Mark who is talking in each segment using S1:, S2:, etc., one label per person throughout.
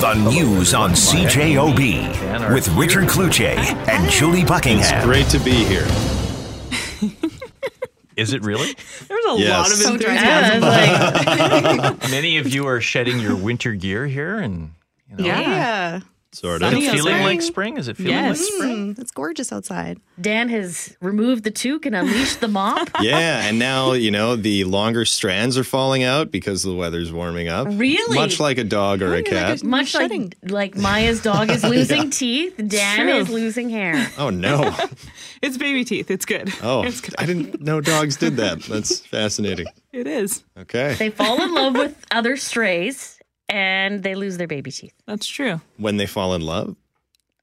S1: The news on CJOB with Richard Kluche and Julie Buckingham.
S2: Great to be here.
S3: Is it really?
S4: There's a
S2: Yes.
S4: lot of
S2: So
S4: enthusiasm.
S3: Many of you are shedding your winter gear here, and you know,
S4: yeah.
S2: Sort
S3: is
S2: of.
S4: Sunny
S3: it feeling
S4: outside.
S3: like spring? Is it feeling
S4: Yes.
S3: like spring?
S5: Mm, it's gorgeous outside.
S6: Dan has removed the toque and unleashed the mop.
S2: Yeah, and now, you know, the longer strands are falling out because the weather's warming up.
S6: Really?
S2: Much like a dog or a cat.
S5: You're
S6: Much like
S5: shedding.
S6: like Maya's dog is losing teeth, Dan
S4: True.
S6: is losing hair.
S2: Oh no.
S4: It's baby teeth. It's good.
S2: Oh.
S4: It's good.
S2: I didn't know dogs did that. That's fascinating.
S4: It is.
S2: Okay.
S6: They fall in love with other strays and they lose their baby teeth.
S4: That's true.
S2: When they fall in love?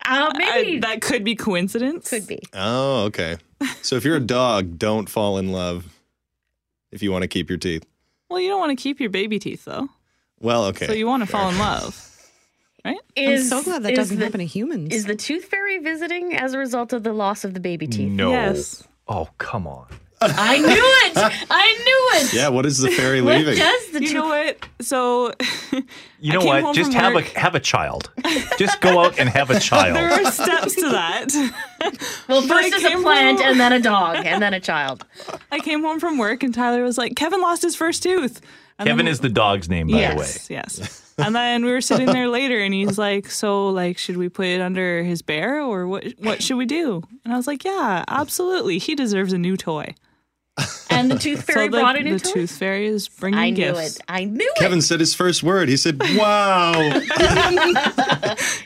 S6: Uh,
S4: I,
S6: maybe
S4: that could be coincidence.
S6: could be.
S2: Oh, okay. So if you're a dog, don't fall in love if you want to keep your teeth.
S4: Well, you don't want to keep your baby teeth though.
S2: Well, okay.
S4: So you want to fall in love.
S5: I'm
S6: Is,
S5: so glad that
S6: is
S5: doesn't
S6: the,
S5: happen to humans.
S6: Is the tooth fairy visiting as a result of the loss of the baby
S2: Mm.
S6: teeth?
S3: No.
S4: Yes.
S3: Oh, come on.
S6: I knew it! I knew it!
S2: yeah, what is the fairy
S6: What
S2: leaving?
S6: does the
S4: You
S6: tooth
S4: know what? So
S3: You
S4: I
S3: know
S4: came home
S3: what? Just
S4: from
S3: have
S4: work-
S3: a have a child. Just go out and have a
S4: there
S3: child.
S4: are steps to that.
S6: Well, first
S4: I
S6: is a
S4: came
S6: plant,
S4: home-
S6: and then a dog, and then a child.
S4: I came home from work and Tyler was like, Kevin lost his first tooth. And
S3: Kevin
S4: then-
S3: is the dog's name, by the way.
S4: Yes, yes. And then we were sitting there later and he's like, So like should we put it under his bear or what what should we do? And I was like, Yeah, absolutely. He deserves a new toy.
S6: And the tooth fairy
S4: the,
S6: brought a new
S4: the
S6: toy.
S4: tooth fairy is bringing
S6: I knew
S4: gifts.
S6: it. I knew
S2: Kevin said his first word. He said, "Wow."
S6: it.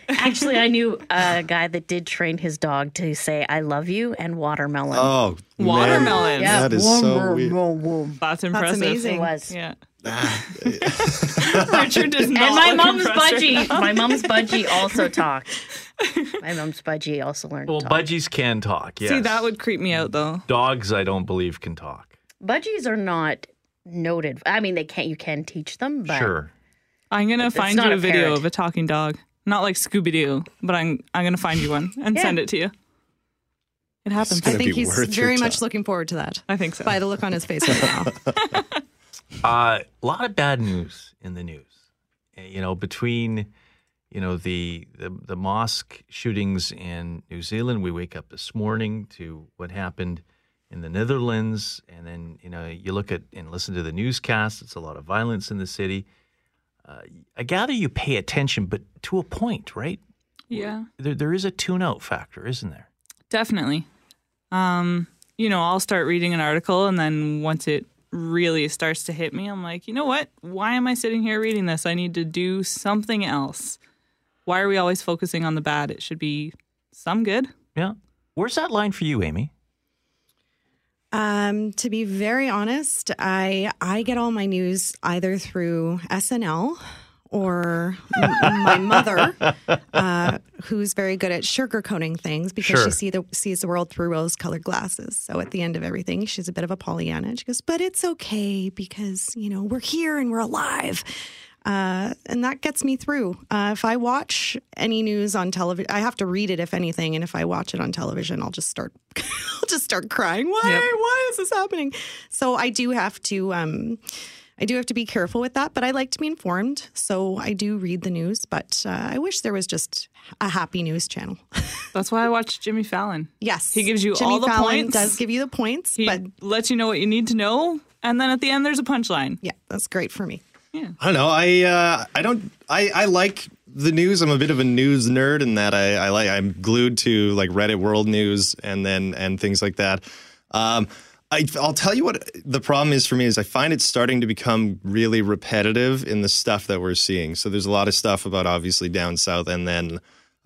S6: Actually, I knew a guy that did train his dog to say "I love you" and watermelon.
S2: Oh, man.
S4: Watermelon.
S6: Yeah.
S2: That is so weird.
S4: That's impressive.
S6: it
S5: amazing.
S6: was.
S4: Yeah. Richard does not
S6: And my
S4: look
S6: mom's
S4: impressed right
S6: budgie.
S4: now.
S6: my mom's budgie also talked. My mom's budgie also learned
S3: Well,
S6: to talk.
S3: budgies can talk. Yes.
S4: See, that would creep me out though.
S3: dogs. I don't believe can talk.
S6: Budgies are not noted. I mean, they can't. You can teach them, but
S3: Sure.
S4: I'm gonna find
S6: not
S4: you a,
S6: a
S4: video
S6: parrot.
S4: of a talking dog. Not like Scooby Doo, but I'm I'm gonna find you one and send it to you. It happens.
S2: gonna
S5: I
S2: be
S5: think he's
S2: worth your
S5: very much
S2: time.
S5: looking forward to that.
S4: I think so.
S5: By the look on his face right now.
S3: Uh, A lot of bad news in the news. Uh, You know, between you know the, the the mosque shootings in New Zealand, we wake up this morning to what happened in the Netherlands, and then you know you look at and listen to the newscast. It's a lot of violence in the city. Uh, I gather you pay attention, but to a point, right?
S4: yeah.
S3: There, there is a tune-out factor, isn't there?
S4: Definitely. Um, you know, I'll start reading an article and then once it really starts to hit me, I'm like, you know what? Why am I sitting here reading this? I need to do something else. Why are we always focusing on the bad? It should be some good.
S3: Yeah. Where's that line for you, Amy?
S5: Um, to be very honest, I I get all my news either through SNL or m- my mother, uh, who's very good at sugarcoating things because
S3: Sure.
S5: she see the, sees the world through rose-colored glasses. So at the end of everything, she's a bit of a Pollyanna. She goes, "But it's okay because you know we're here and we're alive." Uh, and that gets me through. Uh, if I watch any news on television, I have to read it if anything, and if I watch it on television, I'll just start, I'll just start crying. Why? Why is this happening? So I do have to, um, I do have to be careful with that. But I like to be informed, so I do read the news. But uh, I wish there was just a happy news channel.
S4: That's why I watch Jimmy Fallon.
S5: yes,
S4: He gives you
S5: Jimmy
S4: all the
S5: Fallon
S4: points.
S5: Does give you the points,
S4: He
S5: but
S4: lets you know what you need to know, and then at the end there's a punchline.
S5: yeah, that's great for me.
S2: I don't know. I uh, I don't. I, I like the news. I'm a bit of a news nerd in that I, I like. I'm glued to like Reddit World News and then and things like that. Um, I, I'll tell you what the problem is for me is I find it's starting to become really repetitive in the stuff that we're seeing. So there's a lot of stuff about obviously down south and then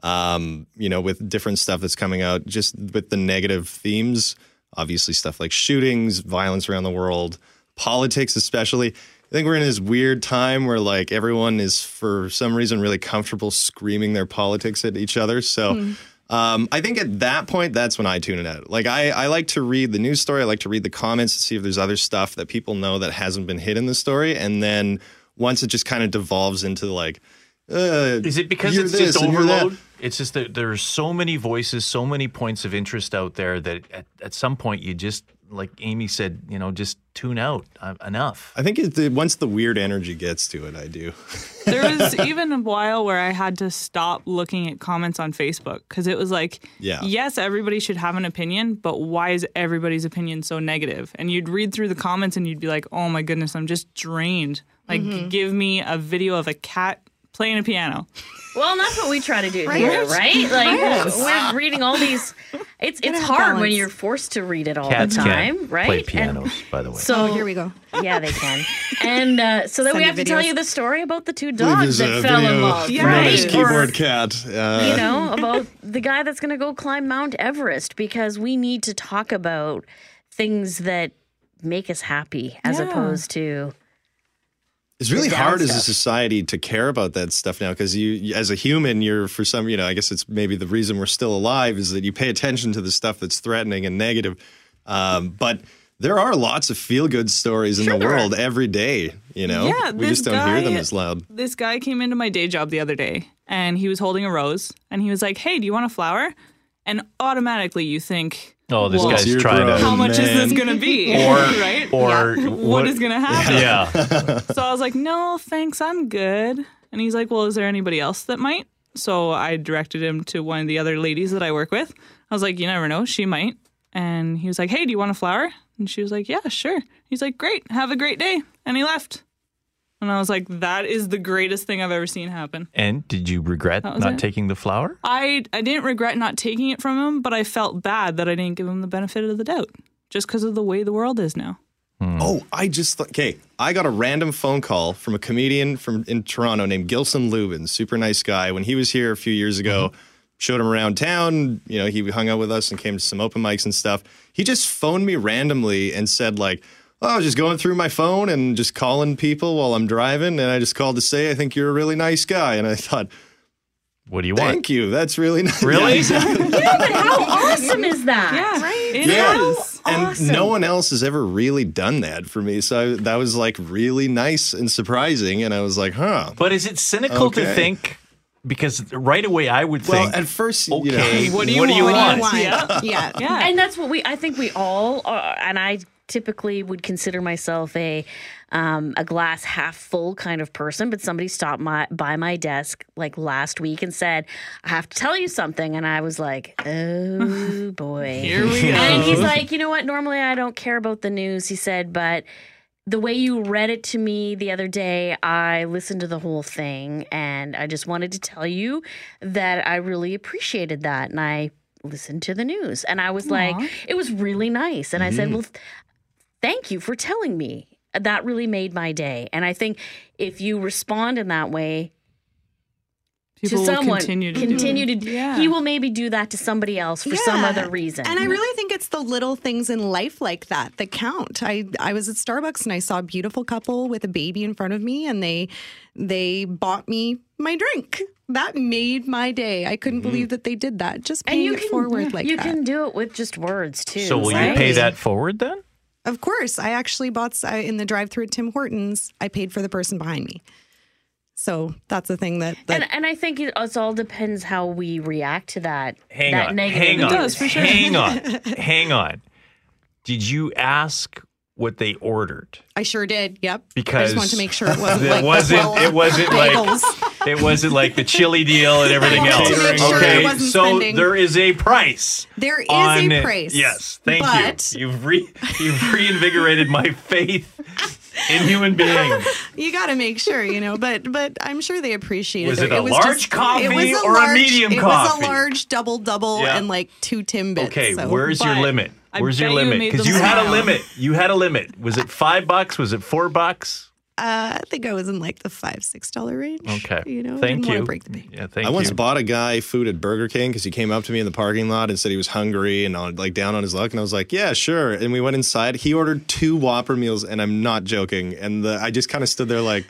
S2: um, you know, with different stuff that's coming out, just with the negative themes, obviously stuff like shootings, violence around the world, politics, especially. I think we're in this weird time where like everyone is for some reason really comfortable screaming their politics at each other. So um, I think at that point, that's when I tune it out. Like I, I like to read the news story. I like to read the comments to see if there's other stuff that people know that hasn't been hit in the story. And then once it just kind of devolves into like, uh,
S3: Is it because
S2: you're
S3: it's
S2: this
S3: just
S2: and you're that.
S3: overload? It's just that there are so many voices, so many points of interest out there that at, at some point you just, like Amy said, you know, just tune out. Uh, enough.
S2: I think it, the, once the weird energy gets to it, I do.
S4: There was even a while where I had to stop looking at comments on Facebook because it was like,
S2: Yeah.
S4: yes, everybody should have an opinion, but why is everybody's opinion so negative? And you'd read through the comments and you'd be like, oh my goodness, I'm just drained. Like, give me a video of a cat playing a piano.
S6: Well, and that's what we try to do here, right? Like we're reading all these. It's it's
S5: have
S6: hard when
S5: balance.
S6: you're forced to read it all
S3: Cats
S6: the time,
S3: can
S6: right?
S3: play
S6: And
S3: pianos, by the way.
S6: so
S5: Oh, here we go.
S6: yeah, they can. And uh, so then
S5: Send
S6: we
S5: you
S6: have to tell
S5: videos.
S6: you the story about the two
S2: Believe
S6: dogs
S2: there's
S6: that
S2: a
S6: fell in
S2: video
S6: love,
S2: from
S4: Right.
S2: this
S6: right?
S2: keyboard
S6: Or,
S2: cat. Uh,
S6: you know, about the guy that's going to go climb Mount Everest because we need to talk about things that make us happy as
S4: Yeah.
S6: opposed to
S2: It's really
S6: down
S2: hard as a
S6: stuff.
S2: society to care about that stuff now because you, you- as a human, you're for some, you know, I guess it's maybe the reason we're still alive is that you pay attention to the stuff that's threatening and negative. Um, but there are lots of feel good stories in the world every day, you know?
S4: Yeah,
S2: we
S4: this
S2: just don't hear them
S4: guy-
S2: as loud.
S4: This guy came into my day job the other day and he was holding a rose and he was like, hey, do you want a flower? And automatically you think,
S3: oh, this
S4: well,
S3: guy's
S2: Dear
S3: trying
S2: bro.
S4: how
S3: to.
S2: How-
S4: much is this
S2: man.
S4: going to be?
S3: Or,
S4: right?
S3: or what,
S4: what is going to happen?
S3: Yeah.
S4: So I was like, no, thanks, I'm good. And he's like, well, is there anybody else that might? So I directed him to one of the other ladies that I work with. I was like, you never know, she might. And he was like, hey, do you want a flower? And she was like, yeah, sure. He's like, great, have a great day. And he left. And I was like, that is the greatest thing I've ever seen happen.
S3: And did you regret
S4: was
S3: not
S4: it.
S3: taking the flower?
S4: I, I didn't regret not taking it from him, but I felt bad that I didn't give him the benefit of the doubt just because of the way the world is now.
S2: Oh, I just thought, okay, I got a random phone call from a comedian from in Toronto named Gilson Lubin, super nice guy. When he was here a few years ago,
S3: Mm-hmm.
S2: showed him around town. You know, he hung out with us and came to some open mics and stuff. He just phoned me randomly and said, like, oh, I was just going through my phone and just calling people while I'm driving. And I just called to say, I think you're a really nice guy. And I thought,
S3: What do you want?
S2: thank you. That's really nice.
S3: Really?
S6: how awesome is that?
S4: right?
S2: Yeah. and no one else has ever really done that for me. So I, that was like really nice and surprising. And I was like, huh.
S3: But is it cynical to
S2: Okay.
S3: think? Because right away I would
S2: Well,
S3: think,
S2: at first, you know-
S3: okay,
S4: What do you
S5: What
S4: want?
S5: do you want?
S4: Yeah.
S5: Yeah.
S4: Yeah.
S6: and that's what we i think we all are and i typically would consider myself a um, a glass half full kind of person but somebody stopped my by my desk like last week and said i have to tell you something and i was like oh boy
S4: Here we go.
S6: and he's like you know what normally i don't care about the news he said but the way you read it to me the other day, I listened to the whole thing and I just wanted to tell you that I really appreciated that. And I listened to the news and I was like, it was really nice. And I
S5: Mm-hmm.
S6: said, well, th- thank you for telling me. That really made my day. And I think if you respond in that way,
S4: People
S6: to
S4: will
S6: someone
S4: continue to do
S6: continue
S4: it.
S6: to-
S4: Yeah.
S6: he will maybe do that to somebody else for some
S5: Yeah.
S6: other reason.
S5: And I really think it's the little things in life like that that count. I I was at Starbucks and I saw a beautiful couple with a baby in front of me and they they bought me my drink. That made my day. I
S3: Mm-hmm.
S5: couldn't believe that they did that. Just paying it forward like
S6: you
S5: that.
S6: can do it with just words too.
S3: so will you
S6: right?
S3: pay that forward then?
S5: Of course, I actually bought s- I- in the drive-through at Tim Hortons. I paid for the person behind me. So that's the thing that, that
S6: and, and I think it also all depends how we react to that.
S3: Hang
S6: that
S3: on.
S6: negative
S3: Hang on.
S6: news.
S4: does, for sure.
S3: Hang on. Hang on. Did you ask what they ordered?
S5: I sure did. Yep. I
S3: Because
S5: just wanted to make sure it wasn't.
S3: It
S5: like
S3: wasn't- it wasn't like-
S5: bagels.
S3: It wasn't like the chili deal and everything
S5: wanted
S3: else.
S5: to make sure I
S3: okay,
S5: wasn't
S3: so
S5: spending.
S3: there is a price.
S5: There is
S3: on-
S5: a price.
S3: Yes, thank
S5: but
S3: you. You've re, you've reinvigorated my faith in human beings.
S5: You got to make sure, you know. But but I'm sure they appreciated
S3: Was it
S5: it
S3: a large coffee or a medium
S5: it
S3: coffee?
S5: was a large double double
S3: Yeah.
S5: and like two timbits.
S3: Okay,
S5: so-
S3: where's your
S4: But
S3: limit?
S4: I
S3: Where's your
S4: bet you
S3: limit?
S4: made
S3: Because
S4: them
S3: you had a
S4: smile.
S3: limit. You had a limit. Was it five bucks? Was it four bucks?
S5: Uh, I think I was in like the five six dollar range.
S3: Okay.
S5: you know. I
S3: thank
S5: didn't
S3: you.
S5: wanna break the bank.
S3: Yeah, thank
S2: I once
S3: you.
S2: bought a guy food at Burger King because he came up to me in the parking lot and said he was hungry and on, like down on his luck, and I was like, "Yeah, sure." And we went inside. He ordered two Whopper meals, and I'm not joking. And the, I just kind of stood there like,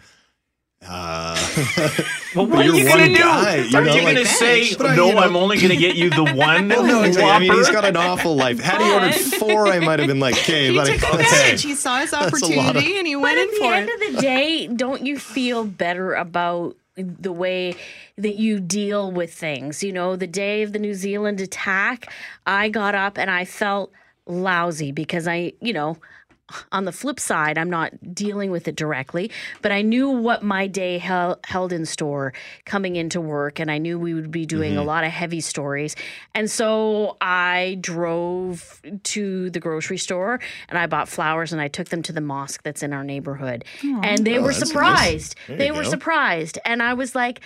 S2: uh,
S3: Well, what
S2: "You're
S4: you
S2: one
S4: gonna do?
S2: guy." You
S3: Are
S2: know,
S3: you
S2: like-
S3: gonna say
S2: But I-
S3: no?
S2: you know-
S3: I'm only gonna get you the one
S2: Well, no, exactly. I mean, he's
S3: Whopper?
S2: got an awful life. Had he ordered four, I might have been like, "Okay, buddy,
S5: Took advantage. He saw his
S2: a lot of-
S5: opportunity and he
S6: But
S5: went
S6: at
S5: in
S6: the
S5: for
S6: end
S5: it.
S6: of the day, don't you feel better about the way that you deal with things. You know, the day of the New Zealand attack, I got up and I felt lousy because I, you know, on the flip side, I'm not dealing with it directly, but I knew what my day hel- held in store coming into work, and I knew we would be doing
S2: Mm-hmm.
S6: a lot of heavy stories. And so I drove to the grocery store and I bought flowers and I took them to the mosque that's in our neighborhood. And they
S2: Oh,
S6: were
S2: that's nice.
S6: surprised.
S2: There
S6: They
S2: you
S6: were
S2: go.
S6: surprised. And I was like,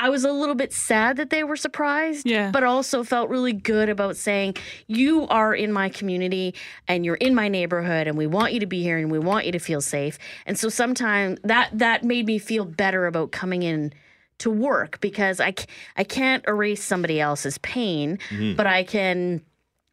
S6: I was a little bit sad that they were surprised,
S4: Yeah.
S6: but also felt really good about saying, You are in my community and you're in my neighborhood, and we want you to be here and we want you to feel safe. And so sometimes that, that made me feel better about coming in to work because I, c- I can't erase somebody else's pain, but I can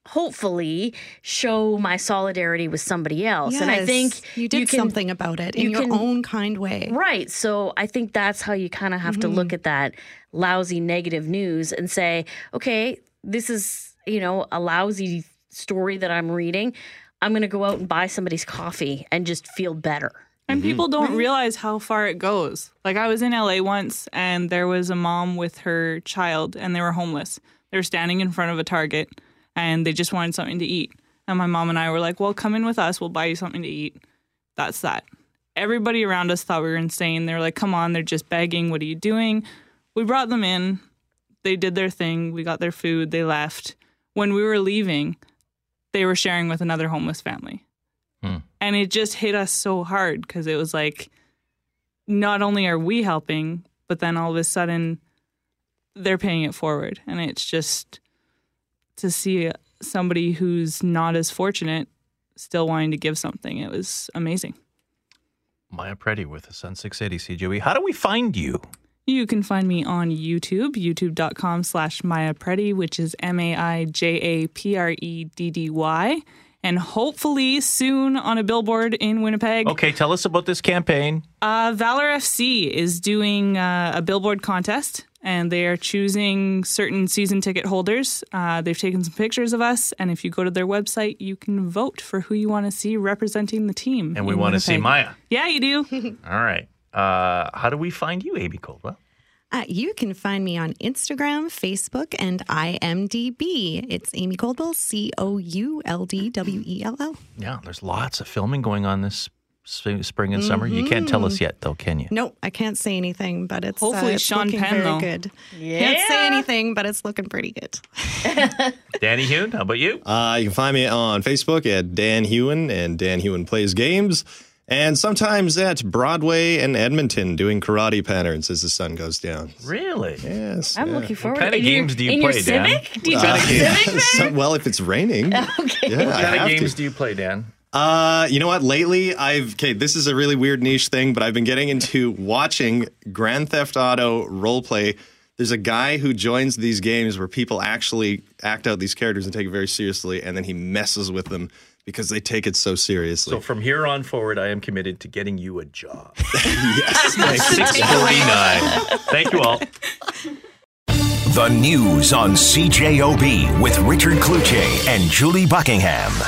S6: hopefully show my solidarity with somebody else. and I
S5: Yes,
S6: think
S5: you did
S6: can-
S5: something about it in
S6: you
S5: your
S6: can-
S5: own kind way.
S6: Right. So I think that's how you kind of have to look at that lousy negative news and say, okay, this is, you know, a lousy story that I'm reading. I'm going to go out and buy somebody's coffee and just feel better.
S4: And people don't realize how far it goes. Like I was in LA once and there was a mom with her child and they were homeless. They were standing in front of a Target and they just wanted something to eat. And my mom and I were like, "Well, come in with us. We'll buy you something to eat." That's that. Everybody around us thought we were insane. They were like, "Come on, they're just begging. What are you doing?" We brought them in. They did their thing. We got their food. They left. When we were leaving, they were sharing with another homeless family and it just hit us so hard because it was like not only are we helping but then all of a sudden they're paying it forward and it's just to see somebody who's not as fortunate still wanting to give something it was amazing
S3: Maya Preddy with the Sun 680 CJB. E. How do we find you?
S4: you can find me on youtube youtube.com slash maya Preddy, which is E m-a-i-j-a-p-r-e-d-d-y and hopefully soon on a billboard in winnipeg
S3: Okay, tell us about this campaign.
S4: Uh, Valor FC is doing uh, a billboard contest, and they are choosing certain season ticket holders. Uh, they've taken some pictures of us, and if you go to their website, you can vote for who you want to see representing the team.
S3: And we
S2: Mm,
S4: in
S3: want to see
S4: Winnipeg.
S3: Maya.
S4: Yeah, you do.
S3: All right. Uh, how do we find you, Amy Coldwell?
S5: Uh, you can find me on Instagram, Facebook, and IMDb. It's Amy Coldwell, C O U L D W E L L.
S3: Yeah, there's lots of filming going on this sp- spring and summer. You can't tell
S2: Mm-hmm.
S3: us yet, though, can you?
S5: No, I can't say anything, but it's uh,
S4: Hopefully
S5: it's
S4: Sean
S5: looking
S4: Penn,
S5: very
S4: though.
S5: good. Can't say anything, but it's looking pretty good.
S3: Danny Hune, how about you?
S2: Uh, you can find me on Facebook at Dan Hewen and Dan Hewen Plays Games. And sometimes at Broadway and Edmonton doing karate patterns as the sun goes down.
S3: Really?
S2: Yes.
S6: I'm
S2: yeah.
S6: looking forward
S3: kind of
S6: in your-
S3: games do you
S6: in
S3: play,
S6: your
S3: Dan?
S6: Civic? Do you
S2: Uh,
S6: play
S2: yeah.
S6: Civic?
S2: So- well, if it's raining.
S6: Okay.
S2: Yeah,
S3: What
S2: I
S3: kind of
S2: have
S3: games
S2: to.
S3: do you play, Dan?
S2: Uh, you know what? Lately, I've okay. This is a really weird niche thing, but I've been getting into watching Grand Theft Auto roleplay. There's a guy who joins these games where people actually act out these characters and take it very seriously, and then he messes with them because they take it so seriously.
S3: So from here on forward, I am committed to getting you a job.
S2: yes, thanks.
S3: 649. Thank you all.
S1: The news on CJOB with Richard Kluche and Julie Buckingham.